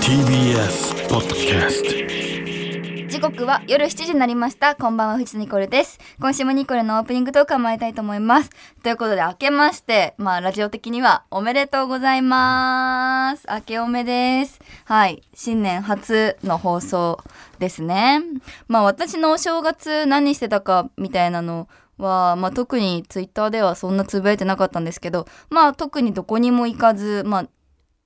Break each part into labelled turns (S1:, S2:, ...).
S1: TBS ポッドキャスト
S2: 時刻は夜7時になりましたこんばんは藤ニコルです今週もニコルのオープニングトークを参りたいと思いますということで明けましてまあラジオ的にはおめでとうございます明けおめですはい新年初の放送ですねまあ私のお正月何してたかみたいなのは、まあ、特にツイッターではそんなつぶやいてなかったんですけどまあ特にどこにも行かずまあ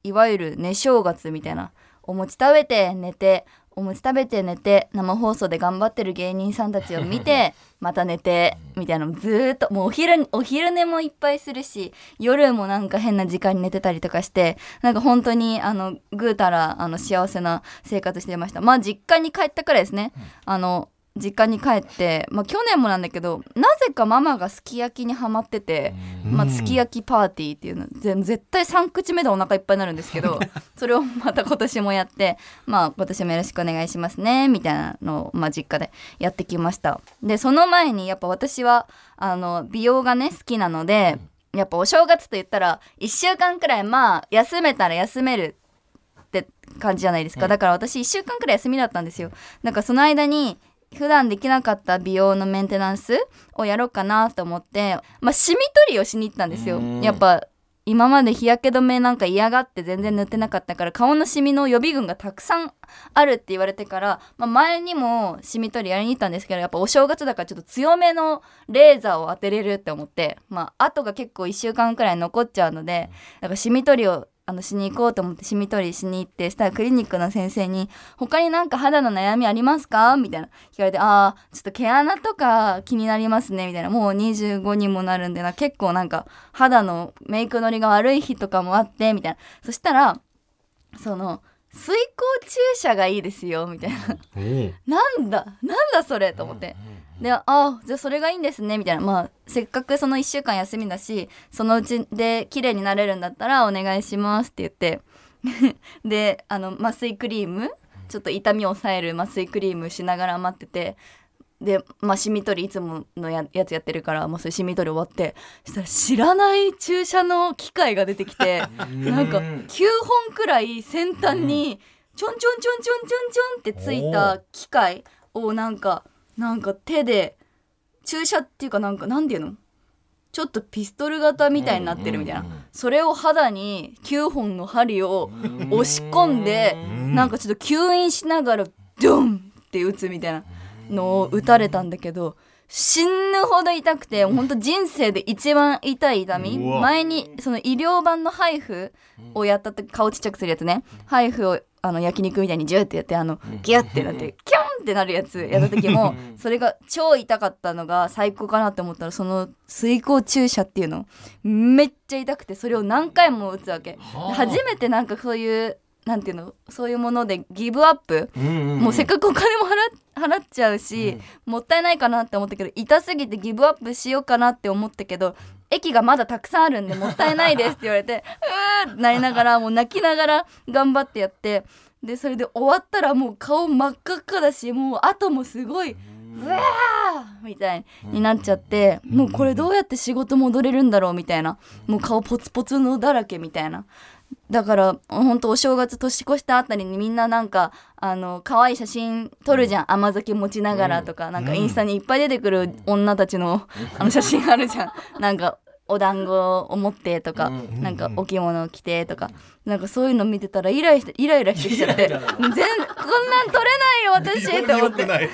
S2: いわゆる寝正月みたいなお餅食べて寝てお餅食べて寝て生放送で頑張ってる芸人さんたちを見てまた寝てみたいなのずーっともうお昼お昼寝もいっぱいするし夜もなんか変な時間に寝てたりとかしてなんか本当にあのぐうたらあの幸せな生活してましたまあ実家に帰ったくらいですね、あの実家に帰って、まあ、去年もなんだけどなぜかママがすき焼きにはまってて、まあ、すき焼きパーティーっていうのぜ絶対3口目でお腹いっぱいになるんですけどそれをまた今年もやって、まあ、今年もよろしくお願いしますねみたいなのを、まあ、実家でやってきましたでその前にやっぱ私はあの美容がね好きなのでやっぱお正月と言ったら1週間くらいまあ休めたら休めるって感じじゃないですか、だから私1週間くらい休みだったんですよなんかその間に普段できなかった美容のメンテナンスをやろうかなと思ってまあシミ取りをしに行ったんですよやっぱ今まで日焼け止めなんか嫌がって全然塗ってなかったから顔のシミの予備軍がたくさんあるって言われてから、まあ、前にもシミ取りやりに行ったんですけどやっぱお正月だからちょっと強めのレーザーを当てれるって思ってまあ後が結構1週間くらい残っちゃうのでだからシミ取りをあのしに行こうと思ってシミ取りしに行ってしたらクリニックの先生に「他になんか肌の悩みありますか?」みたいな聞かれて「あーちょっと毛穴とか気になりますね」みたいなもう25にもなるんでな結構なんか肌のメイクのりが悪い日とかもあってみたいなそしたらその水光注射がいいですよみたいななんだなんだそれと思って。で、ああ、じゃあそれがいいんですね、みたいな。まあ、せっかくその1週間休みだし、そのうちで綺麗になれるんだったらお願いしますって言って。 で、あの、麻酔クリーム、ちょっと痛みを抑える麻酔クリームしながら待ってて、で、まあ、シミ取りいつものややつやってるから、もうそれシミ取り終わって、そしたら知らない注射の機械が出てきて、なんか9本くらい先端に、ちょんちょんちょんちょんちょんちょんってついた機械をなんか、なんか手で、注射っていうかなんか、なんていうのちょっとピストル型みたいになってるみたいな、それを肌に9本の針を押し込んで、なんかちょっと吸引しながらドンって打つみたいなのを打たれたんだけど死ぬほど痛くて本当人生で一番痛い痛み
S1: うわ
S2: 前にその医療版のハイフをやった時顔ちっちゃくするやつねハイフをあの焼肉みたいにジューってやってあのギュッてなってキュンってなるやつやった時もそれが超痛かったのが最高かなって思ったらその水光注射っていうのめっちゃ痛くてそれを何回も打つわけで初めてなんかそういうなんていうのそういうものでギブアップもうせっかくお金も払っ払っちゃうし、もったいないかなって思ったけど痛すぎてギブアップしようかなって思ったけど駅がまだたくさんあるんでもったいないですって言われて うーってなりながらもう泣きながら頑張ってやってでそれで終わったらもう顔真っ赤っかだしもう後もすごいうわーみたいになっちゃってもうこれどうやって仕事戻れるんだろうみたいなもう顔ポツポツのだらけみたいなだから本当お正月年越したあたりにみんななんかあの可愛い写真撮るじゃん甘酒持ちながらとか、なんかインスタにいっぱい出てくる女たちの,、あの写真あるじゃんなんかお団子を持ってとか、なんかお着物を着てとか、なんかそういうの見てたらイライラしてイライラしてきちゃ って全こんなん撮れないよ私って思って
S1: ない
S2: 全然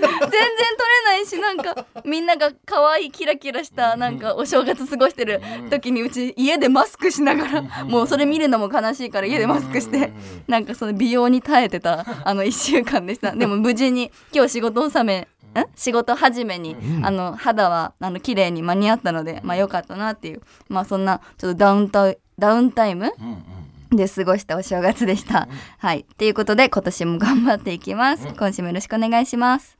S2: 取れないしなんかみんなが可愛いキラキラしたなんかお正月過ごしてる時にうち家でマスクしながらもうそれ見るのも悲しいから家でマスクしてなんかその美容に耐えてたあの1週 間でしたでも無事に今日仕事納めん仕事始めに、あの肌はあの綺麗に間に合ったのでまあ良かったなっていうまあそんなちょっとダウンタイダウンタイムで過ごしたお正月でした。はい。ということで今年も頑張っていきます。今週もよろしくお願いします。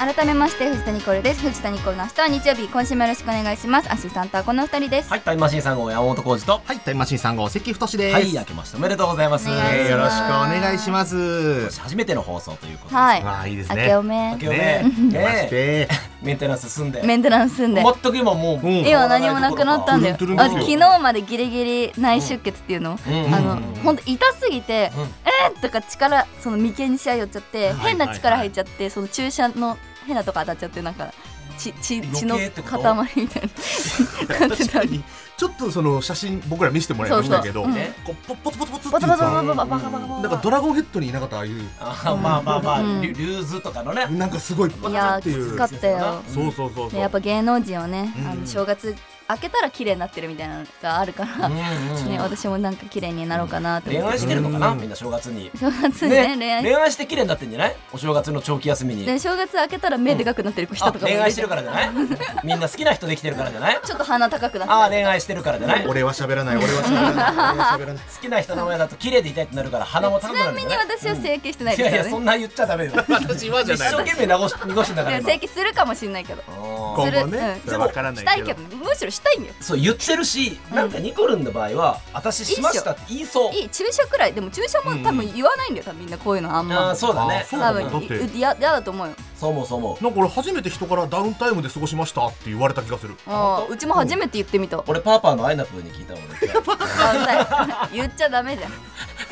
S2: 改めまして藤田ニコルです。藤田ニコルの明日は日曜日、今週もよろしくお願いします。アシスタントはこのお二人です。
S3: はい、タイムマシーン3号山本浩二と。
S4: はい、タイムマシーン3号、関太です。
S3: はい、
S4: よ
S3: 明けましておめでとうございます。
S2: お願いします
S3: よ
S4: ろ
S3: ろ
S4: し
S3: し
S4: く
S3: く
S4: お願いします。
S3: 初めての放送ということで。
S2: はい。
S4: ああ、いいです
S2: 明け
S4: ね
S2: お。め
S3: 明けおめ。
S4: 出まし
S3: ねえ
S4: て。
S3: メンテナンス済んで
S2: メンテナンス済んで
S3: 全く今もう、
S5: うん
S2: 今何もなくなったんだよ
S5: トゥルントゥ
S2: あ
S5: ルンで
S2: 昨
S5: す
S2: 日
S5: よ
S2: までギリギリ内出血っていうの、
S3: うん
S2: あの本当痛すぎて、
S3: うん
S2: えーとか力その眉間にしあ寄っちゃって、
S5: はい
S2: 変な力入っちゃってその注射の変なとこ当たっちゃってなんか血血血の塊
S3: 余計ってこと
S2: みたい
S4: 確
S2: ななってた
S4: か
S2: んで
S4: にちょっとその写真僕ら見せてもらいましたけど
S2: そう
S3: そううん
S4: こうポツポツポツポ
S2: バ
S4: ツ
S2: タ
S4: ってい
S2: バ
S4: うさ
S2: タバタバタバタバタ
S4: なんかドラゴンヘッドにいなかったああいう
S3: あーまあまあまあ、
S2: うん
S3: リュリューズとかのね
S4: なんかすごい
S2: い
S4: パタ
S2: や
S4: って
S2: ー
S4: い
S2: きつ
S4: う
S2: かったよ
S4: そうそうそうそ
S2: で
S4: う
S2: やっぱ芸能人はね、
S4: うん
S2: あの正月明けたら綺麗になってるみたいなのがあるから、
S3: うん
S2: ね、
S3: うん
S2: 私もなんか綺麗になろうかなって
S3: 恋
S2: 思って
S3: 愛してるのかな、
S4: うん
S3: みんな正月に
S2: 正月にね恋愛
S3: 恋愛して綺麗になってんじゃないお正月の長期休みに
S2: で正月明けたら目でかくなってる人
S3: あ
S2: とかもい
S3: 恋
S2: る
S3: 愛してるからじゃないみんな好きな人できてるからじゃない
S2: ちょっと鼻高くなって
S3: ああ恋愛してるからじゃない好
S4: 俺は喋らない俺は喋らない俺は喋らない
S3: きな人の親だと綺麗でいたいってなるから鼻も
S2: ち
S3: 高くな
S2: な
S3: るん
S2: み
S3: じゃ
S2: に
S3: ない
S2: 私は整形してない
S3: い
S2: です
S3: やい
S2: から
S3: や
S2: ね、
S3: そんな言っちゃダメよ
S4: 私はじゃ
S3: 一
S4: ない
S3: 生懸命濁し濁してんだから
S2: でも整
S3: 今
S2: 形するかもしれないけど
S3: あー
S4: 今後
S2: するうん
S4: ねそれは分からな
S2: したい
S4: い
S2: け
S4: け
S2: ど
S4: ど
S2: ねむしろしたいんだよ
S3: そう言ってるしなんかニコルンの場合は私しましたって言いそう
S2: いい注射くらいでも注射も多分言わないんだよ多分みんなこういうのあん
S3: あ
S2: ま
S3: あそうだ
S4: あ
S3: ね
S4: ーそう
S2: 多
S4: だ
S2: 分
S4: って
S2: いいや嫌だと思うよ
S3: そう思うそう思う
S4: なんか俺初めて人からダウンタイムで過ごしましたって言われた気が する
S2: あ
S3: 本
S2: ー
S3: 当
S2: うちも初めて言ってみた
S3: 俺パーパーのアイナプーに聞いたもん俺
S2: あ歌い 言っちゃダメじゃん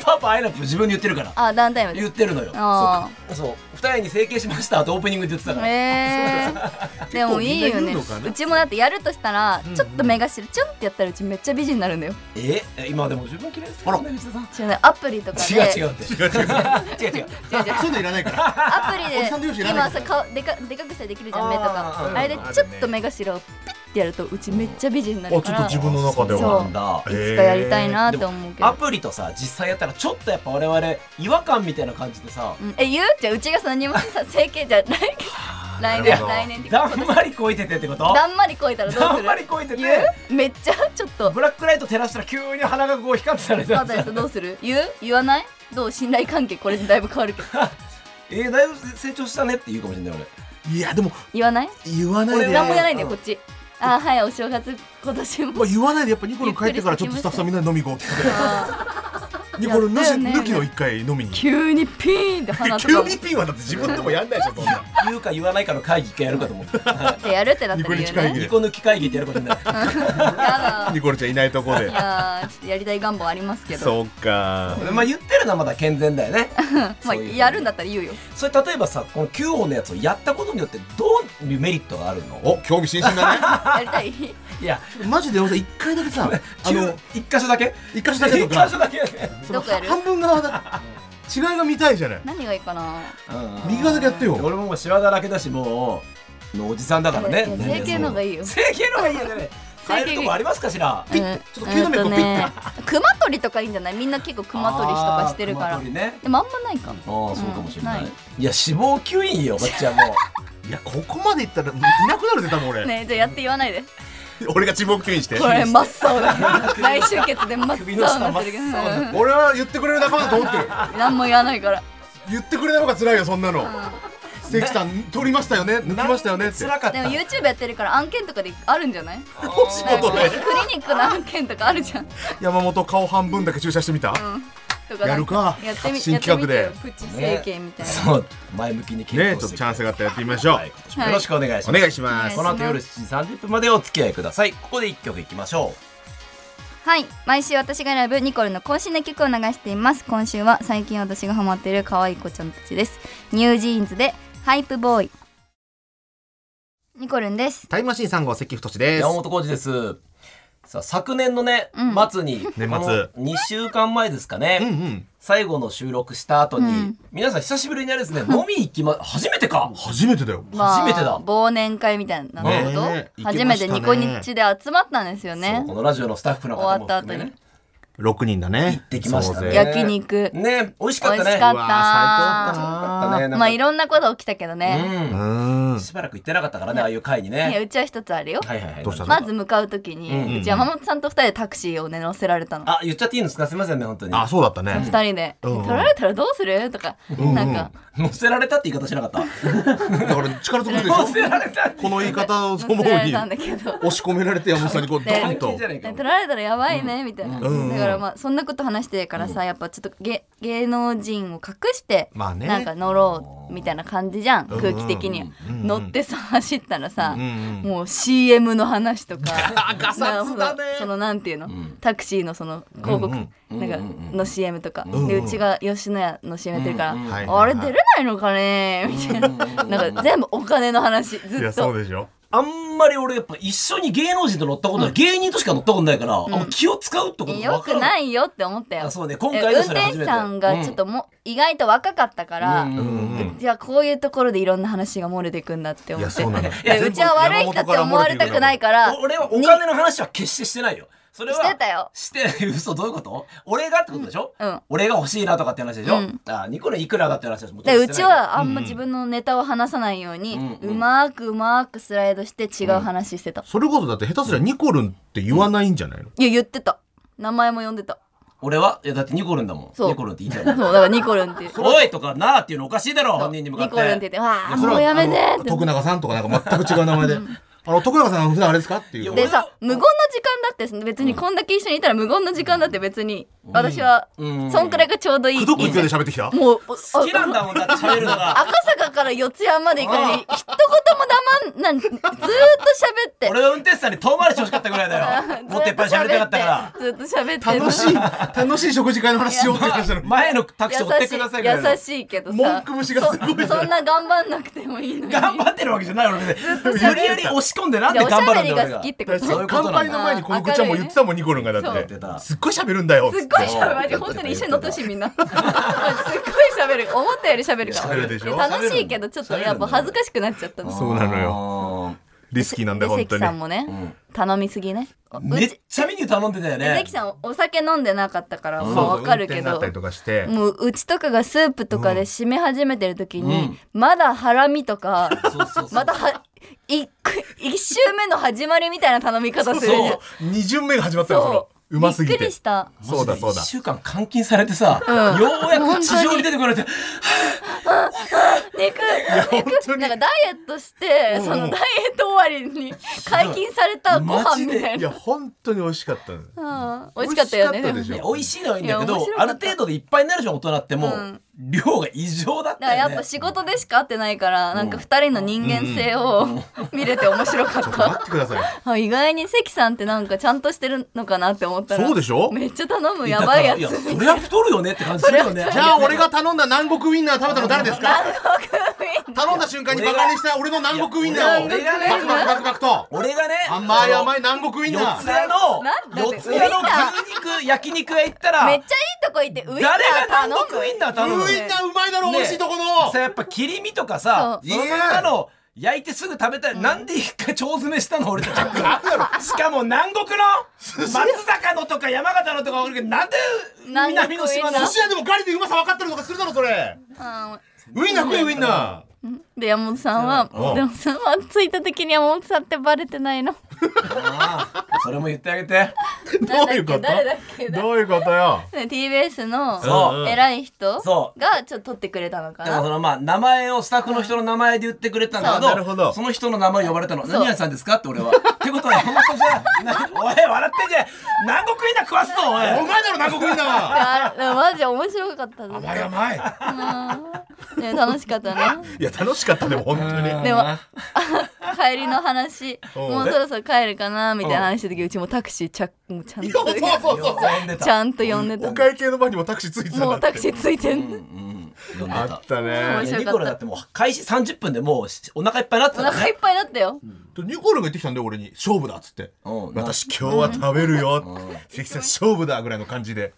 S3: パーパーアイナプー自分で言ってるから
S2: あダウンタイムで
S3: 言ってるのよ
S2: あ
S3: そうそう二重に整形しましたってオープニングで言ってたから
S2: え ー、でもいいよ
S4: 結構みんな言
S2: ね
S4: うのかな
S2: うちもだってやるとしたらちょっと目頭チュンってやったらうちめっちゃ美人になるんだよ
S3: え今でも自分綺麗です
S4: あら
S3: ね藤田さん
S2: 違うねアプリとかで
S3: 違う違うって違う 違う違う違う
S4: そういうのいらない から
S2: ア
S4: おじさん
S2: プ
S4: 同
S2: リ
S4: 士い
S2: で
S4: らな
S2: 今
S4: いか
S2: さ
S4: ら
S2: 顔でかでかくしたりできるじゃん目と
S3: あ
S2: か
S3: ー
S2: あれでちょっと目頭をピッてやるとうちめっちゃ美人にな
S4: あちょ
S2: る
S4: っ
S2: か
S4: と
S2: らい
S4: 自分の中で
S2: そう
S4: は
S3: なんだ
S4: え
S2: つかやりたいなと思うけ
S3: ア
S2: ど
S3: プリとさ実際やったらちょっとやっぱ我々違和感みたいな感じでさ
S2: うんえ言うじゃあうちがさ何もさ整形じゃない来
S4: な
S2: 年
S4: るほど
S2: 来年 って
S3: だんまりこいててってこと
S2: だんまり超えたらどう
S3: だ
S2: す
S3: ん
S2: る
S3: まりこいてて
S2: 言うめっちゃちょっと
S3: ブラックライト照らしたら急に鼻がこう光ってたり
S2: あったやつどうする言う言わないどう信頼関係これでだいぶ変わるけど
S3: えー、だいぶ成長したねって言うかもしれない俺
S4: いやでも
S2: 言わない
S4: 言わないで
S3: 俺
S2: 何もやらないんだよ
S3: う
S2: こ
S3: ん
S2: っちあーはいお正月今年も
S4: まあ言わないでやっぱニコルン帰ってからちょっとスタッフさんみんなで飲み行こうって言って
S2: あー
S4: ニコルンなし
S2: やったよね
S4: 抜きの一回飲みに
S2: 急にピーンって鼻と
S4: 急
S2: か
S4: にピンはだって自分でもやんないでしょそんな
S3: 言うか言わないかの会議一回やるかと思って
S2: ってやるってなった
S4: ニ
S2: ら言う
S4: コニチ会
S2: ね
S4: 議
S3: ニコ抜き会議ってやることにな る
S2: やだ
S4: ニコルちゃんいないとこで
S2: いやーちょっとやりたい願望ありますけど
S4: そうか
S3: まあ言ってるのはまだ健全だ よね
S2: まあ
S3: そういう
S2: やるんだったら言うよ
S3: それ例えばさこの9本のやつをやったことによってどういうメリットがあるの
S4: お興味津々だ
S2: やりたい
S3: い や
S4: ね マジで俺さ一回だけ さあ
S3: あの
S4: の
S3: 一箇所だけ
S4: 一箇所だけと
S3: 一箇
S4: か
S3: 所だけ
S4: その
S2: どこやる
S4: 半分側だ違いが見たいじゃない
S2: 何がいいかな
S4: 右側だけやってよ
S3: 俺ももうシワだらけだしもうのおじさんだからね
S2: いやいや整形の方がいいよ
S3: 整形の方がいいよね変えるとこありますかしら
S4: ピッてちょっと急な目こうピッて
S2: クマ取りとかいいんじゃないみんな結構クマ取りとかしてるか
S3: あー
S2: ら
S3: 熊取りね
S2: でもあんまないかも
S3: あーそうかもしれない,、
S2: うんない
S3: いや脂肪吸引よおっ ちゃんも
S4: いやここまでいったらいなくなるぜ多分俺
S2: ねえじゃあやって言わないで
S4: 俺が沈黙吸引して
S2: これ真っ 青だ大集結で真っ青
S3: 首
S2: に
S3: の下
S2: な
S3: 真
S2: っ
S3: っ
S2: る
S3: て
S2: けど
S3: 青だね
S4: 俺は言ってくれる仲間だと思ってる
S2: うん 何も言わないから
S4: 言ってくれない方が辛いよそんなの関さん取りましたよね抜きましたよねって
S3: 辛かっ
S2: で
S3: た
S2: も YouTube やってるから案件とかであるんじゃない
S4: お仕
S2: なんか
S4: 事
S2: ク
S4: で
S2: リニックの案件とかあるじゃん
S4: 山本顔半分だけ注射してみた
S2: とかなん
S4: やるか
S2: やってみ
S4: 新企画で
S2: やってみてよプチ整形みたいな
S3: そう前向きに
S4: ね
S3: 検
S4: えちょっ
S3: 討し
S4: と
S3: て
S4: チャンスがあったらやってみましょう
S2: はい
S3: よろしくお願いします
S4: お願いします
S3: この後夜7時30分までお付き合いくださいここで一曲いきましょ
S2: はい毎週私が選ぶニコルの渾身の曲を流しています今週は最近私がハマっている可愛い子ちゃんたちですニュージーンズでハイプボーイニコルンです
S5: タイムマシーン3号関太
S3: う
S5: です
S3: 山本浩二ですさあ昨年のね、
S2: うん
S3: 末に
S4: 年末
S3: 2週間前ですかね、
S4: うんうん
S3: 最後の収録した後に、
S2: うん
S3: 皆さん久しぶりにあれですね飲み行きま初めてか
S4: 初めてだよ
S2: まあ
S3: 初めてだ
S2: 忘年会みたいな
S3: ね
S2: こと、
S4: え行き
S2: 初め
S4: ま
S2: て
S4: したね
S2: ニコニチで集まったんですよね
S3: このラジオのスタッフの方も含めね
S4: 6人だね行って
S3: きましたね
S4: う
S3: やっ
S2: 焼肉
S3: ね美味
S2: 美
S3: しかっ
S2: 味
S3: たね
S2: しか
S3: うわ
S4: 最
S2: った
S3: あったねなんか
S2: まあいろんなこと起きたけどね、
S3: うん
S4: ーん
S3: しばらく行ってなかったからねああいう会に
S2: いや
S3: ね
S2: うちは一つあるよ、
S3: はいはいはい
S4: どうしたの
S2: まず向かう時に、
S3: うん
S2: うち山本さんと二人でタクシーをね乗せられたの
S3: あ言っちゃっていいんですかすいませんね本当に
S4: あそうだったね
S2: 二人で、
S4: うん
S2: 取られたらどうするとか、
S4: ん
S2: なんか
S3: 乗せられたって言い方しなかった
S4: だから力ずくでしょ
S3: 乗せられたって
S4: この言い方を
S2: 乗
S4: 思う
S2: せられ
S4: に
S2: たんだけど
S4: 押し込められて山本さんにこうド
S2: で
S4: ンと
S3: じゃないか
S2: 取られたらやばいねみたいな、
S4: うん
S2: だかからまあそんなこと話してからさやっぱちょっと芸芸能人を隠して
S4: まあね
S2: なんか乗ろうみたいな感じじゃん空気的に
S4: うん
S2: 乗ってさ走ったらさ
S4: うん
S2: もう CM の話と か
S4: ガサツだね
S2: そのなんていうのタクシーのその広告
S4: うん
S2: なんかの CM とか
S4: ん
S2: でうちが吉野家の CM やってるから
S4: んはい
S2: あれ出れないのかねみたいななんか全部お金の話ず
S4: いや
S2: っ
S4: そう
S2: と
S4: でしょ
S3: あんまり俺やっぱ一緒に芸能人と乗ったことない、芸人としか乗ったことないから、あ気を使うってことが
S2: よ
S3: 分か
S2: く
S3: ら
S2: ないいよって思ったよ
S3: あそうね今
S2: え
S3: 回
S2: 運
S3: のそれ
S2: 転
S3: 初め
S2: 手
S3: て
S2: さんがちょっともう意外と若かったから、
S3: うんうんうん
S2: じゃあこういうところでいろんな話が漏れてくんだって思って
S4: いやそうなのよ
S2: でうちは悪い人って思われたくないから
S3: お俺はお金の話は決してしてないよそれは
S2: してたよ
S3: して ない嘘どういうこと俺がってことでしょ、
S2: うんうん
S3: 俺が欲しいなとかって話でしょ、
S2: うん
S3: あニコルいくらだって話ですも
S2: で
S3: ろん
S2: う
S3: して
S2: ち
S3: ないよ
S2: はあんま自分のネタを話さないように、う
S3: うんうん
S2: まーくうまーくスライドして違う話してた、
S4: それこそだって下手すりゃニコルンって言わないんじゃないの
S2: いや言ってた名前も呼んでた
S3: 俺はいやだってニコルンだもん
S2: そう
S3: ニコルンって言いたい
S2: そ
S3: も
S2: う
S3: ん
S2: だからニコルンっていう
S3: おいとかなあっていうのおかしいだろ本人に向かって
S2: ニコルンって言って「わあもうやめて」
S4: あ
S2: っ
S4: の
S2: て
S4: 徳永さんとかなんか全く違う名前であの徳永さん普段あれですかっていう
S2: でさ無言の時間だって別にこんだけ一緒にいたら無言の時間だって別に私は
S3: うん
S2: そんくらいがちょうどいい。
S4: くどく勢いで喋ってきた
S2: もうお
S3: 好きなんだもんだって喋るの
S2: あ
S3: が
S2: 赤坂から四ツ谷まで行くのに一言も黙んなんずーっと喋って。
S3: 俺は運転手さんに遠回りしてほしかったぐらいだよもっといっぱい喋りたかったから
S2: ずーっと喋って。
S4: 楽しい楽しい食事会の話しようって話なのに
S3: 前のタクシー追ってくださいぐら
S2: 優
S3: い
S2: しい優しいけどさ。
S4: 文句虫がすごい
S2: そそんな頑張んなくてもいいのに。
S3: 頑張ってるわけじゃない俺ね無理やり押し込んでなん
S2: じ
S3: で
S2: ゃあおし
S3: 頑
S2: ゃ
S3: 張
S2: べ
S3: るん
S2: り
S3: だ
S2: が好
S3: 俺が
S2: きってこと。
S4: だか
S2: す
S4: ら
S3: そういうこと
S4: 乾
S3: なの
S4: 杯の前にこの口はもう言ってたもんニコルンがだ
S2: そう
S4: っ
S3: 言
S4: て
S3: ってた
S4: すっごい喋るんだよ
S2: っごい喋るマジ本当に一緒に乗ってほしいみんなすっごい喋る思ったより喋るから
S4: 喋るでしょ
S2: 楽しいけどちょっとやっぱ恥ずかしくなっちゃったんです
S4: そうなのよ
S3: よ
S4: リスキーなんだよ
S2: で
S4: 本当
S2: 関
S4: に
S2: さんもね、頼みすぎね
S3: めっちゃメニュー頼んでたよ
S2: で
S3: ね
S2: 関さんお酒飲んでなかったから
S4: そう
S2: ま
S4: そう
S2: あわかる
S4: 運転
S2: け
S4: にな
S2: ど
S4: ったりとかして
S2: もううちとかがスープとかで締め始めてる時に、まだハラミとか
S3: そうそうそう
S2: または一一周目の始まりみたいな頼み方するじゃん
S3: そう
S4: 二巡目が始まったよそのうますぎ
S2: びっく
S4: て
S2: りした
S4: そうだそうだ
S3: 1週間監禁されてさ、ようやく地上に出てこられて
S2: 肉
S4: 本当
S2: 肉
S4: に
S2: なんかダイエットして、そのダイエット終わりに解禁されたご飯みたい
S4: い
S2: な、
S4: や本当に美味しかった の
S2: うん美味しかったよね
S4: 美味しかったでしょ
S2: でもね
S3: 美味しいのはいいんだけ
S2: いや面
S3: ど
S2: 白か
S3: あ
S2: った
S3: る程度でいっぱいになるじゃん大人ってもう、
S2: うん
S3: 量が異常だっ
S2: だか
S3: た
S2: らや
S3: よ
S2: っ
S3: ね
S2: ぱ仕事でしか会ってないから、なんか二人の人間性を見れて面白かっ
S4: ちょっと待
S2: た
S4: っ。てください
S2: あ意外に関さんってなんかちゃんとしてるのかなって思ったら
S4: そうでしょ
S2: めっちゃ頼むやばいやつ
S3: だからいやそれは太るよねって感じするよね
S4: じゃあ俺が頼んだ南国ウインナー食べたの誰ですか頼んだ瞬間にバカにした俺の南国ウインナーを
S3: 俺がね
S4: バクバクバクバクと
S3: 俺がね
S4: 甘い甘
S3: い
S4: い南国ウイン
S3: 四
S4: ナ
S3: ツ
S4: ー
S3: 谷
S2: な
S3: の
S2: んだって
S3: 四ツ谷の牛肉焼肉屋行ったら
S2: めっちゃいいとこ行ってウイン
S3: 誰
S2: ナ
S3: が
S2: ー頼
S3: 単
S2: む
S3: 独ウインナー頼むの
S4: ウインナーうまいだろ
S3: ね
S4: 美味しいとこの
S3: さやっぱ切り身とかさ
S2: そう
S3: その中の焼いてすぐ食べたい、なんで一回腸詰めしたの俺たち しかも南国の松坂のとか山形のとか分かるけどなんで
S2: 南国
S3: 南の島
S2: ウインナ
S3: の
S4: 寿
S2: ー
S4: 司屋でもガリでうまさ分かってるのかするだろそれウインナー食えウインナ
S2: うんで山本さんは
S4: うん
S2: 山本さんは着いた時に山本さんってバレてないの
S3: ああそれも言ってあげて
S4: ーどういうこと
S2: 誰だっけ
S4: どういうことよ
S2: ね TBS の
S3: そう
S2: 偉い人
S3: そ
S2: がちょっと撮ってくれたのか
S3: だからそ
S2: な
S3: のまあ名前をスタッフの人の名前で言ってくれたんだけ
S4: そう
S3: ど
S4: なるほど
S3: その人の名前呼ばれたの
S2: う
S3: 「何々さんですか?」って俺は。ってことは山本じゃなおい笑ってんじゃん南国ウインナー食わすぞお
S4: お前
S3: い
S4: だろ南国ウインナー
S2: あマジ面白かった
S4: 甘い甘い
S2: ですね楽しかったね
S4: いや楽しかったでも本当に
S2: でもあ帰りの話
S4: うん
S2: もうそろそろ帰るかなみたいな話した時うちもタクシーちゃもうちゃん
S4: そう
S2: と
S4: そうそう
S3: 呼んで
S2: ち
S3: た
S2: ゃんと呼んでた
S4: お会計の前にもタクシーついてたんだって
S2: もうタクシーついてんの
S3: うんうん呼んで
S4: あ
S3: た
S4: った
S2: 面
S4: ね
S2: 白かった
S3: ニコルだってもう開始30分でもうお腹いっぱいになって
S2: お
S3: たから
S2: 腹いっぱいだったよ
S4: ニコルンが言ってきたんで俺に勝負だっつって
S3: うん
S4: 私今日は食べるよ関さん勝負だぐらいの感じで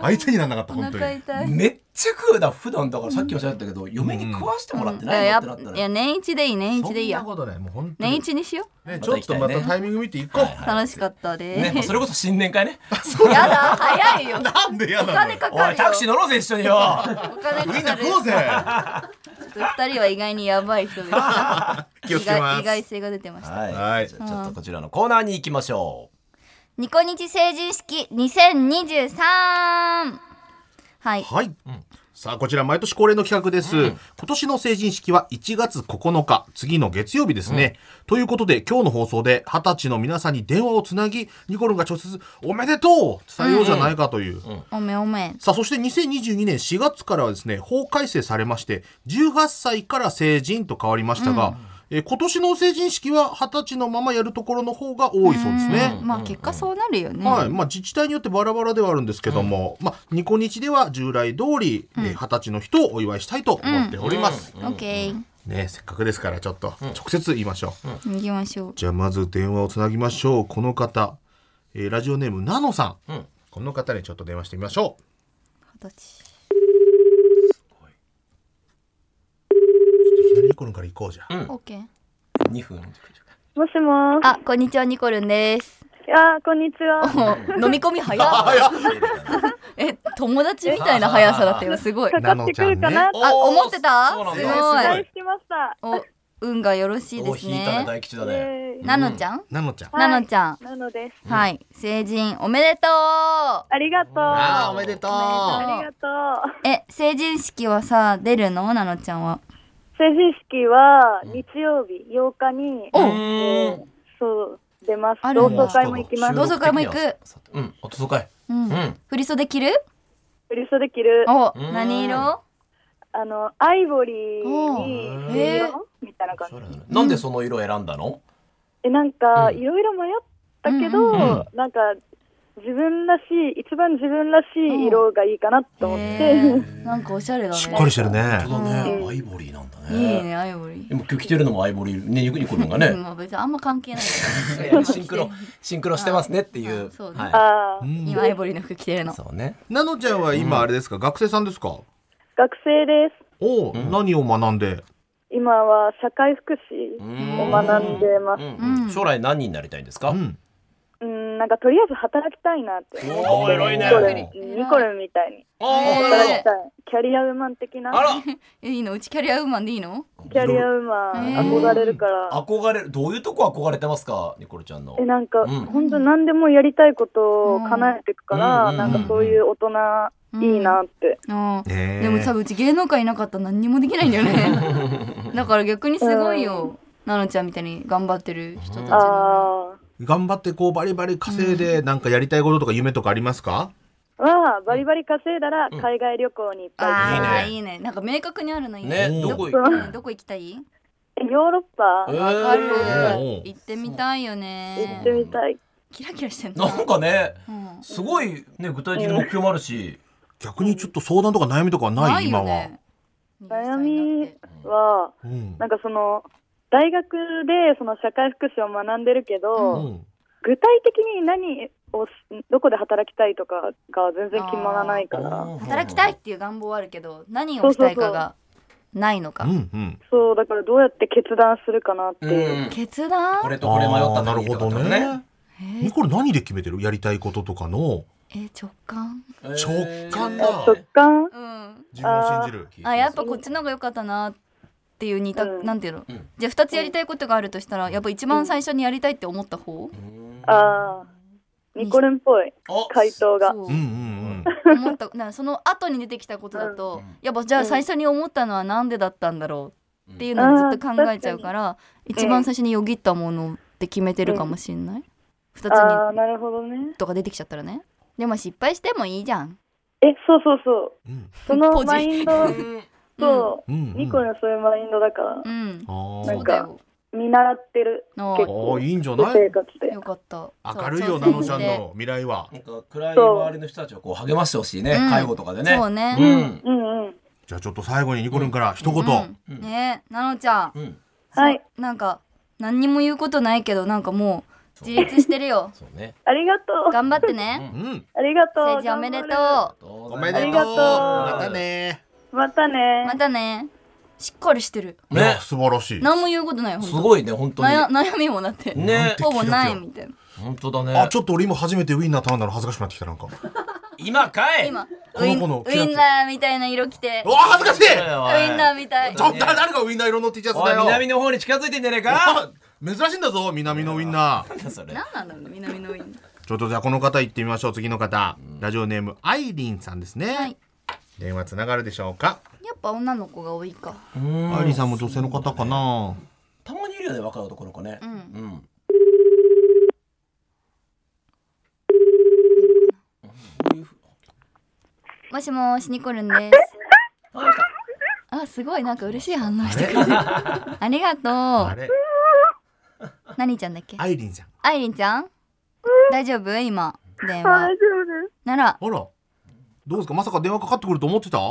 S4: 相手にならなかった
S2: お
S4: 本当に
S2: 腹痛い
S3: めっちゃ食うだ普段だからさっきもしゃったけど、嫁に食わしてもらって
S2: だから
S3: ない
S2: や
S3: の
S2: っ
S3: ってなった
S2: ぱいや
S3: ら
S2: 年一でいい年一でいいや
S4: そんなことないもう本当
S2: 年
S4: に
S2: 一にしよ
S4: ねちょっとまたタイミング見ていこ
S2: う
S4: う
S2: 楽しかったで
S3: ね、まあ
S2: す
S3: それこそ新年会ね
S2: やだ早いよ
S4: なんでや
S2: お
S4: なの
S2: 金
S4: よ
S2: か
S3: お
S2: か
S3: いタク
S2: る
S3: シー
S2: よ
S3: 乗ろうぜ一緒によ
S2: お金
S4: み
S2: か
S4: んな
S2: かる
S4: 食おうぜ
S2: 二人は意外にやばい人です
S4: 気をつけます
S2: 意外意外性が出てました
S3: はい、
S4: はい
S3: じゃあちょっとこちらのコーナーに行きましょ
S2: ニコニチ成人式2023はい
S4: はいさあこちら毎年恒例の企画です、今年の成人式は1月9日次の月曜日ですね、ということで今日の放送で二十歳の皆さんに電話をつなぎニコルンが直接「おめでとう!」伝えようじゃないかという、
S2: おめおめ
S4: さあそして2022年4月からはですね法改正されまして18歳から成人と変わりましたが、えー今年の成人式は20歳のままやるところの方が多いそうですね。
S2: まあ結果そうなるよね、
S4: はいまあ、自治体によってバラバラではあるんですけども、まあ、ニコニチでは従来通りえー二十、歳の人をお祝いしたいと思っております、
S2: オッケー
S4: ね、せっかくですからちょっと直接言いましょう、
S2: 行きましょう
S4: じゃあまず電話をつなぎましょうこの方、えーラジオネームナノさん、
S3: うん
S4: この方にちょっと電話してみましょう
S2: 二
S4: ち
S2: 十
S4: ょっと左ニコルンから行こうじゃん
S2: 歳オッケー
S3: 2分
S6: もしもー
S2: あこんにちはニコルンです
S6: あーこんにち は
S2: もう飲み込み早 いえ友達みたいな速さだったよすごい
S6: かかってくるか
S4: ナ
S6: な、
S2: あ思ってた
S3: そうなん
S2: す
S3: だ
S2: ご
S6: 期
S3: は
S6: 待
S2: い
S6: してました
S2: お運がよろしい
S3: お
S2: で
S3: お
S2: す
S3: 引いたね
S2: ね
S3: 大吉だね
S6: え
S2: なのちゃん
S4: ナノちゃん
S6: はい
S2: なのちゃん
S6: ーなのです
S2: はい成人おめでとう
S6: ありがとう
S4: あー
S6: あ
S4: おめでと
S2: おめ
S4: う
S6: りがとう
S2: え成人式はさ出るのなのちゃんは
S6: 成人式は日曜日8日に
S2: お
S6: えーそう出ます
S2: ある
S6: 同
S2: んだ
S6: 窓会も行きます
S2: 同窓会も行く
S3: うんおとそかい
S2: うん
S3: ん
S2: 振り袖着る
S6: 振り袖着る
S2: お
S3: うん
S2: 何色
S6: あのアイボリーに
S3: おー
S6: 黄
S2: へー
S6: 色みたいな感じ
S3: なんでその色選んだの
S6: えなんか
S3: うん
S6: いろいろ迷ったけど、
S2: うん
S3: うんうん
S6: なんか自分らしい一番自分らしい色がいいかなと思って、
S2: へーなんかおしゃれだね
S4: しっかりしてるね
S3: そうだね
S6: うん
S3: アイボリーなんだ
S2: いい
S3: ね
S2: ねアイボリ
S3: でも今日着てるのもアイボリーねニコニコルンが
S2: ー
S3: ね
S2: まあ別にあんま関係ない
S3: シンクロシンクロしてますねっていう
S2: あそうね
S3: は
S6: ああ
S2: 今アイボリーの服着てる
S3: い
S2: の
S3: そうね
S4: ナノちゃんは今あれですか、学生さんですか
S6: 学生です
S4: おう、
S3: ん
S4: 何を学んで
S6: 今は社会福祉を学んでます
S3: うんうん将来何になりたいんですか
S4: うん
S6: うんなんかとりあえず働きたいなって
S3: おー偉いね
S6: ニコルンニコルンみたいに
S3: あ
S2: えー
S6: 働きたいキャリアウーマン的な
S3: あら
S2: えいいのうちキャリアウーマンでいいの
S6: キャリアウーマン
S2: えー
S6: 憧れるから
S3: 憧れるどういうとこ憧れてますかニコルちゃんの
S6: えなんか、
S3: うん
S6: 本当何でもやりたいことを叶えていくから、
S3: うん
S6: なんかそういう大人いいなって、
S2: あー
S4: ねえ
S2: でも多分うち芸能界いなかったら何にもできないんだよねだから逆にすごいよなのちゃんみたいに頑張ってる人たちの
S6: あ
S2: 方
S6: あ
S4: 頑張ってこうバリバリ稼いでなんかやりたいこととか夢とかありますか、
S6: はバリバリ稼いだら海外旅行に行ったり、
S2: ああいいねなんか明確にあるのいい
S3: ね
S4: うん
S3: どこ
S6: う
S2: うんどこ行きたい
S6: ヨーロッパ
S3: え
S6: 行
S2: わかる
S4: おー
S2: 行ってみたいよね
S6: ってみたい、
S2: キラキラしてんの
S3: なんかね
S2: うん
S3: すごいね具体的な目標もあるし
S4: 逆にちょっと相談とか悩みとかはない
S2: ない
S4: 今
S2: よ
S4: は、
S2: ね
S6: 悩みは
S4: うん
S6: なんかその大学でその社会福祉を学んでるけど、
S4: うん
S6: 具体的に何をしどこで働きたいとかが全然決まらないから
S2: 働きたいっていう願望はあるけど何をしたいかがないのか
S4: うんうん
S6: そうだからどうやって決断するかなって
S3: う
S6: いう、
S3: ん
S2: 決
S3: こ
S2: 断
S3: れとこれ迷った
S4: あーなるほどね
S2: え
S4: ニ
S2: ー
S4: コル何で決めてるやりたいこととかの
S2: えー直感
S4: 直感
S6: あ
S4: だ
S6: 直
S2: う
S6: 感
S2: ん
S4: 自分を信じる
S2: あやっぱこっちの方が良かったなっていう二択
S6: うん
S2: なんていうの
S3: うん
S2: じゃあ二つやりたいことがあるとしたらやっぱ一番最初にやりたいって思った方
S6: あーニコルンっぽい
S3: お
S6: 回答が
S2: そう
S4: うんうん
S2: 思ったなその後に出てきたことだと
S3: うん
S2: やっぱじゃあ最初に思ったのはなんでだったんだろうっていうのをずっと考えちゃうから
S6: かに
S2: 一番最初によぎったものって決めてるかもしれない二つ
S6: ああ
S2: に
S6: なるほどね
S2: とか出てきちゃったらねでも失敗してもいいじゃん
S6: えそうそうそう
S4: うんうん
S6: そ
S2: ポ
S6: の
S2: ジ
S6: マインドと、
S4: うんうん
S6: ニコルンはそういうマインドだから
S2: うん
S4: あ
S2: そ
S6: なん
S2: う
S4: ー
S6: か
S2: だよ
S6: 見習ってる
S2: あ
S6: 結
S4: あ
S6: 構
S4: ーいいんじゃな
S6: 生
S4: い
S6: 活で
S2: よかった
S4: 明るいよ
S2: そ
S4: ナ
S2: う
S4: ノちゃん
S2: 挑戦して
S4: の未来は
S3: なんか暗い周りの人たちをこう励ましてほしいね、
S2: うん
S3: 介護とかでね。
S2: そうね
S3: うん。
S6: うんうん
S4: じゃあちょっと最後にニコルンから一言、
S2: う
S3: うん
S2: ん、ねえなのちゃん
S3: うん。
S6: はい
S2: なんか何にも言うことないけどなんかもう自立してるよ
S3: そうね。
S6: ありがとう
S2: 頑張って ね
S4: うん
S6: ありがとう
S2: 成人おめでとう
S6: 頑
S2: ま
S3: お
S4: おめでとう
S6: ありがとう
S4: またね
S6: 張れまたね
S2: たねしっかりしてる
S4: いや
S3: ね。
S4: 素晴らしい
S2: 何も言うことないよほん
S3: す
S2: と
S3: ごいね、本当に。
S2: 悩悩みもなって、
S3: ね
S2: ほぼないみたいな
S3: 本当だ
S4: あ
S3: ね。
S4: ちょっと俺今初めてウィンナー頼んだの恥ずかしくなってきたなんか
S3: 今かい。
S2: 今ウ
S4: この
S2: イン
S4: 子の
S2: ウ
S4: キラキラ
S2: インナーみたいな色着て
S4: うわ恥ずかしいち
S2: ウインナーみたい
S4: ょっと誰がウィンナー色の T シャツ
S3: お
S4: だ
S3: い、
S4: よ
S3: 南の方に近づいてんじゃねえか。
S4: あ珍しいんだぞ南のウィンナー
S3: なん だそれ。
S2: 何なんだろう南のウインナー
S4: ちょっとじゃあこの方行ってみましょう次の方ラジオネームアイリンさんですね、
S2: はい
S7: 電話つながるでしょうか
S2: やっぱ女の子が多いか
S4: アイリーさんも女性の方かな
S3: たまにいるよね若い男の子ね
S2: うん
S3: うん
S2: もしもしニコルンですあすごいなんか嬉しい反応し てくれてるありが
S4: あ
S2: とう
S4: れ
S2: 何ちゃんだっけ
S4: アイリーンじゃん
S2: アイリンちゃん大丈夫今電
S6: 大丈
S2: 話
S6: 夫です。
S2: な
S4: あ
S2: ら
S4: らどうですかまさか電話かかってくると思ってたあ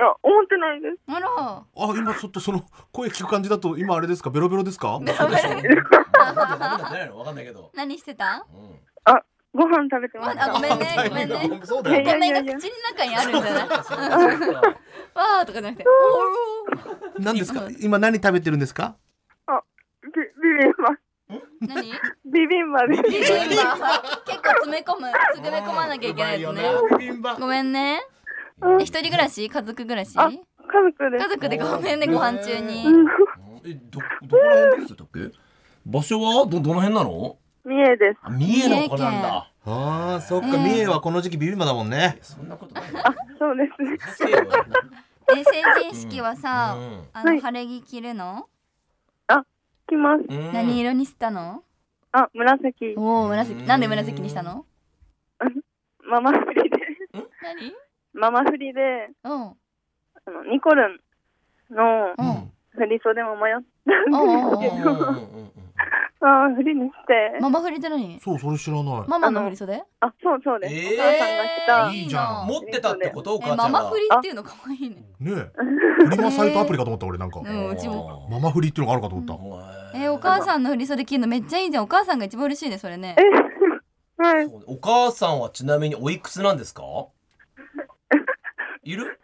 S6: いや、思ってないです。
S2: なら
S4: 今ちょっとその声聞く感じだと今あれですかベロベロですか
S3: そうでしょなんだなんだじゃないのわかんないけど
S2: 何してた
S3: うん
S6: ご飯食べてま し
S2: あ
S6: た。
S2: ごめんねごめんね
S4: そう
S6: いやいや
S2: お米が口の中にあるんじゃないわ
S3: そうそうそう
S2: ーとかじ ゃなくておー
S4: 何ですか今何食べてるんですか
S6: ビビビンバ。
S2: 何
S6: ビビンバです。
S2: ビビンバ結構詰め込む詰め込まなきゃいけないやつね
S7: ビビンバ
S2: ごめんねえ一人暮らし家族暮らし
S6: あ
S2: 家
S6: 家族です。
S2: 族でごめんねご飯中に
S6: うん
S3: えどどこら辺ですだっけ場所はどどの辺なの
S6: 三重です。
S3: あ三重の子なんだ
S4: ああそっ
S2: えー
S4: はこの時期ビビンバだもんね
S3: そんなことない
S6: あ、そうです。
S2: え成人式はさ
S3: うん
S2: あ
S6: は
S2: の
S6: い
S2: 晴れ着着るの
S6: 来ます。
S3: うん
S2: 何色にしたの
S6: あ、紫。
S2: おお紫なんで紫にしたの
S6: ママフリで。
S2: 何
S6: ママフリで、
S2: うん
S6: あのニコルンの
S2: うん
S6: 振り袖も迷っ
S2: おうおうおう
S3: うんうんうんうん
S6: た振りにして、
S2: ママ振りって何
S4: そうそれ知らない
S2: ママの振り袖
S6: あ、そうそうです。
S3: えー
S6: お母さんが来た。
S4: いいじゃん
S3: 持ってたってことお母ち
S2: え
S3: ゃんが
S2: ママ振りっていうの可愛いね
S4: ね えフリマサイトアプリかと思った俺なんか
S2: うんうちも
S4: ママフリっていうのがあるかと思った
S2: えお母さんの振り袖着るのめっちゃいいじゃんお母さんが一番嬉しいねそれね
S6: はい。
S3: そうお母さんはちなみにおいくつなんですかい
S2: い
S3: る
S2: る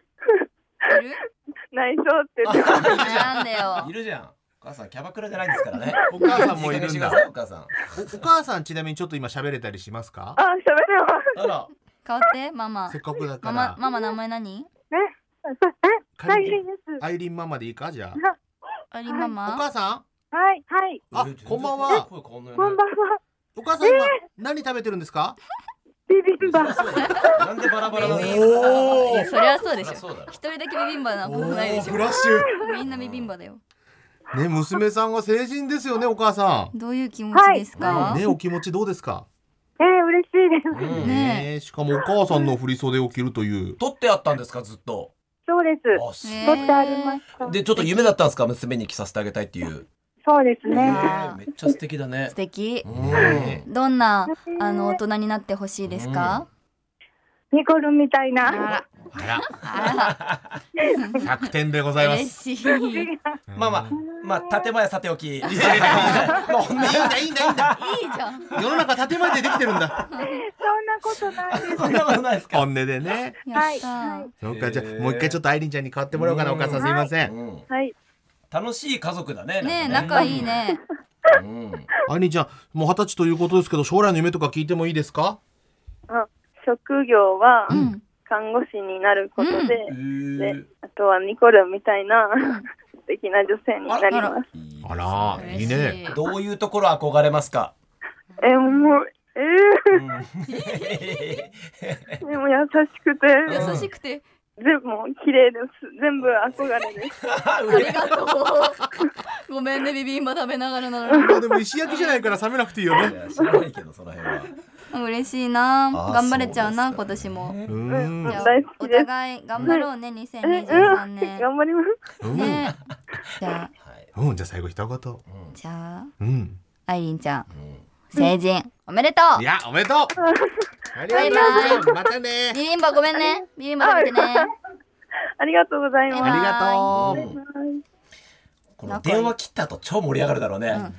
S6: 内緒って言ってました。
S2: なんだよ
S3: いるじゃんお母さんキャバクラじゃないですからね
S4: お母さんもいるんだ
S3: いい加減にしてくださいお母さ
S4: お
S3: ん
S4: お母さんちなみにちょっと今喋れたりしますか
S6: あ、喋れます。
S3: あら
S2: 変わってママ
S4: せっかくだか
S2: マ
S4: ら
S2: マママ名前何
S6: え、はい、いいで
S4: 仮に
S6: す。
S4: アイリンママでいいかじゃ
S2: ありマ
S4: あお
S2: マ
S4: 母さん
S6: はい、はい。
S4: あ
S3: え
S4: こんばんは
S3: 声変わんないね
S6: こんばんは。
S4: お母さん今何食べてるんですか
S6: ビビンバ。
S3: そうだなんでバラバラなの
S2: いやそりゃそうでしょ
S3: そうだろ
S2: 一人だけビビンバなことないでしょ
S7: フラッシュ
S2: みんなビビンバだよ
S4: ね娘さんが成人ですよねお母さ
S2: どういう気持ち
S6: はい
S2: ですか、
S4: んねお気持ちどうですか
S6: えー、嬉しいです。
S3: う
S2: ね
S3: ん
S4: ねえしかもお母さんの振り袖を着るという
S3: 撮ってあったんですかずっと
S6: そうです。
S3: あす
S2: ねえ
S6: 撮ってありました。
S3: でちょっと夢だったんですか娘に着させてあげたいっていう
S6: そうです
S3: え
S6: ね。
S3: ーめっちゃ素敵だね
S2: 素敵
S3: うん
S2: どんなあの大人になってほしいですか、
S6: ニコルンみたい
S2: あ
S6: な。
S2: ら
S4: あら
S2: あ
S4: 100点でござい
S2: ら
S4: ます
S2: 嬉しい
S3: まあまあまあ建前はさて おき
S4: いいんだいいんだいいんだ
S2: いいじゃん。
S4: 世の中建前でできてるんだ
S6: そんなことないです。
S3: そんなことないですか
S4: 本音でね
S2: やった
S6: はいは
S4: そうかじゃあ
S3: へえ
S4: もう一回ちょっとアイリンちゃんに変わってもらおうかな
S3: う
S4: お
S3: ん
S4: 母さんすいません
S3: うん
S6: はい。
S3: 楽しい家族だね
S2: ねえ、
S3: なんか
S2: 仲いいね。
S3: うん
S4: アイリンちゃんもう二十歳ということですけど将来の夢とか聞いてもいいですか
S6: あ、職業は
S2: うん。
S6: 看護師になることで、
S3: えー
S6: あとはニコルンみたいな素敵な女性になります。
S4: あらいいね
S3: どういうところ憧れますか
S6: えー、もう、え ー、でも優しくて、
S2: 嬉しい優しくて、
S6: 全部もう綺麗です。全部憧れです。
S2: ありがとう。ごめんね、ビビンバ食べながらなのに。
S4: あでも石焼きじゃないから冷めなくていいよ
S3: いや知らないけどその辺は
S2: 嬉しいな。
S3: あ
S2: 頑張れちゃうな、
S3: そ
S2: 今
S3: うです
S2: 年
S3: か
S2: も。
S4: う
S6: うんん、
S2: じゃあ
S6: 大好
S2: お
S6: きです。
S2: 互い頑張ろうね、
S6: えうん、
S2: 2023年。
S6: 頑張ります。
S4: うん
S2: ね。じゃあ、
S3: はい
S4: うんじゃあ最後一言
S2: じゃあ、
S4: うん
S2: アイリンちゃん、
S3: うん
S2: 成人、おめでとう
S4: い。やおめでとうありがとう
S2: バイ
S4: またね
S2: ビビンバごめんね。ビビンバ食べてね。
S6: ありがとうござい
S2: バイバ
S6: ま
S2: イ
S6: す。
S4: ありがとう
S3: この電話切った後超盛り上がるだろうね
S2: なんか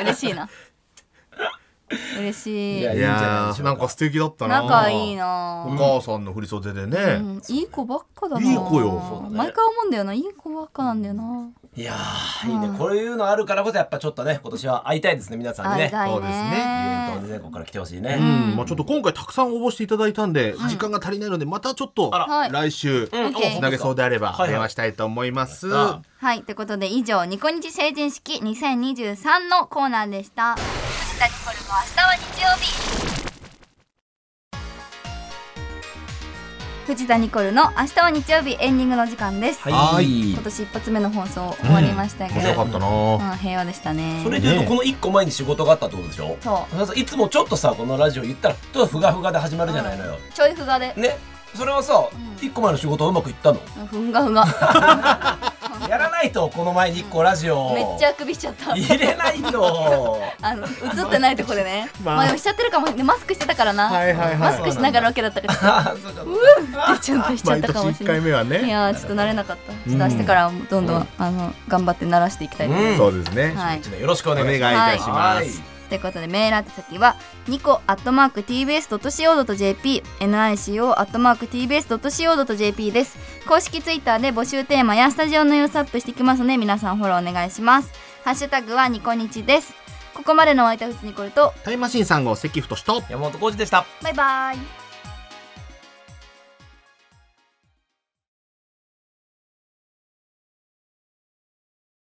S2: 嬉しいな。嬉し
S3: い
S2: い。
S3: やいいん
S4: い
S3: じゃない
S4: や
S3: でし
S4: ー
S3: ょう
S4: なんか素敵だったな
S2: 仲いい
S4: お
S2: な。
S4: 母さんの振り袖で
S2: う
S4: ね
S2: んいい子ばっかだな。
S4: いい子よそう
S3: だね
S2: 毎回思うんだよな。いい子ばっかなんだよな。
S3: いやーいいねこういうのあるからこそやっぱちょっとね今年は会いたいですね皆さんに
S2: 会い
S3: ね
S2: たい
S4: そうです
S2: ね。
S3: 全国から来てほしいうね
S4: んまあちょっと今回たくさん応募していただいたんで時間が足りないのでまたちょっと
S2: はい
S4: 来週つ
S2: ん OK
S4: なげそうであれば
S3: はいはい
S4: 電話したいと思います
S3: やった
S2: はい、ということで以上、ニコニチ成人式2023のコーナーでした。藤田ニコルの明日は日曜日。藤田ニコルの明日は日曜日エンディングの時間です、
S4: は
S3: はいい
S2: 今。年一発目の放送終わりましたけ
S4: 面
S2: ど、
S4: 白かったなぁ
S2: まあ平和でしたね
S3: それでいうとこの一個前に仕事があったってことでしょ
S2: そ
S3: 花さんいつもちょっとさこのラジオ言ったらちょっとふがふがで始まるじゃないのよ、
S2: ちょいふがで、
S3: ねそれはさ
S2: うん
S3: 一、個前の仕事はうまくいったの
S2: ふんがふが
S3: やらないとこの前に一個ラジオ
S2: めっちゃあくびしちゃった
S3: 入れないと
S2: あの映ってないとこ でね、まあ、でもしちゃってるかもしれないマスクしてたからな、
S7: はいはいはい
S2: マスクしながらロケ だったからちょっ
S3: あそうか
S2: とちゃんとしちゃっ
S7: 毎
S2: たか
S7: 年
S2: もし
S7: 一
S2: れな
S7: 回
S2: い
S7: 目はいね。
S2: やーちょっと慣れなかったちょっと明日からどんどん、あの頑張って慣らしていきたいと思いま
S7: そうですね
S2: す、。はい
S3: よろしくお
S7: お
S3: 願
S7: 願い
S3: い
S7: い
S3: します
S7: たしま
S3: はい
S7: す。
S2: ということでメール宛先はニコアットマーク tbs.co.jp nico アットマーク tbs.co.jp です公式ツイッターで募集テーマやスタジオの様子アップしてきますので皆さんフォローお願いしますハッシュタグはニコニチですここまでのお相手はフツニコルと
S4: タイムマシーン3号関太と
S3: 山本浩二でした
S2: バイバイ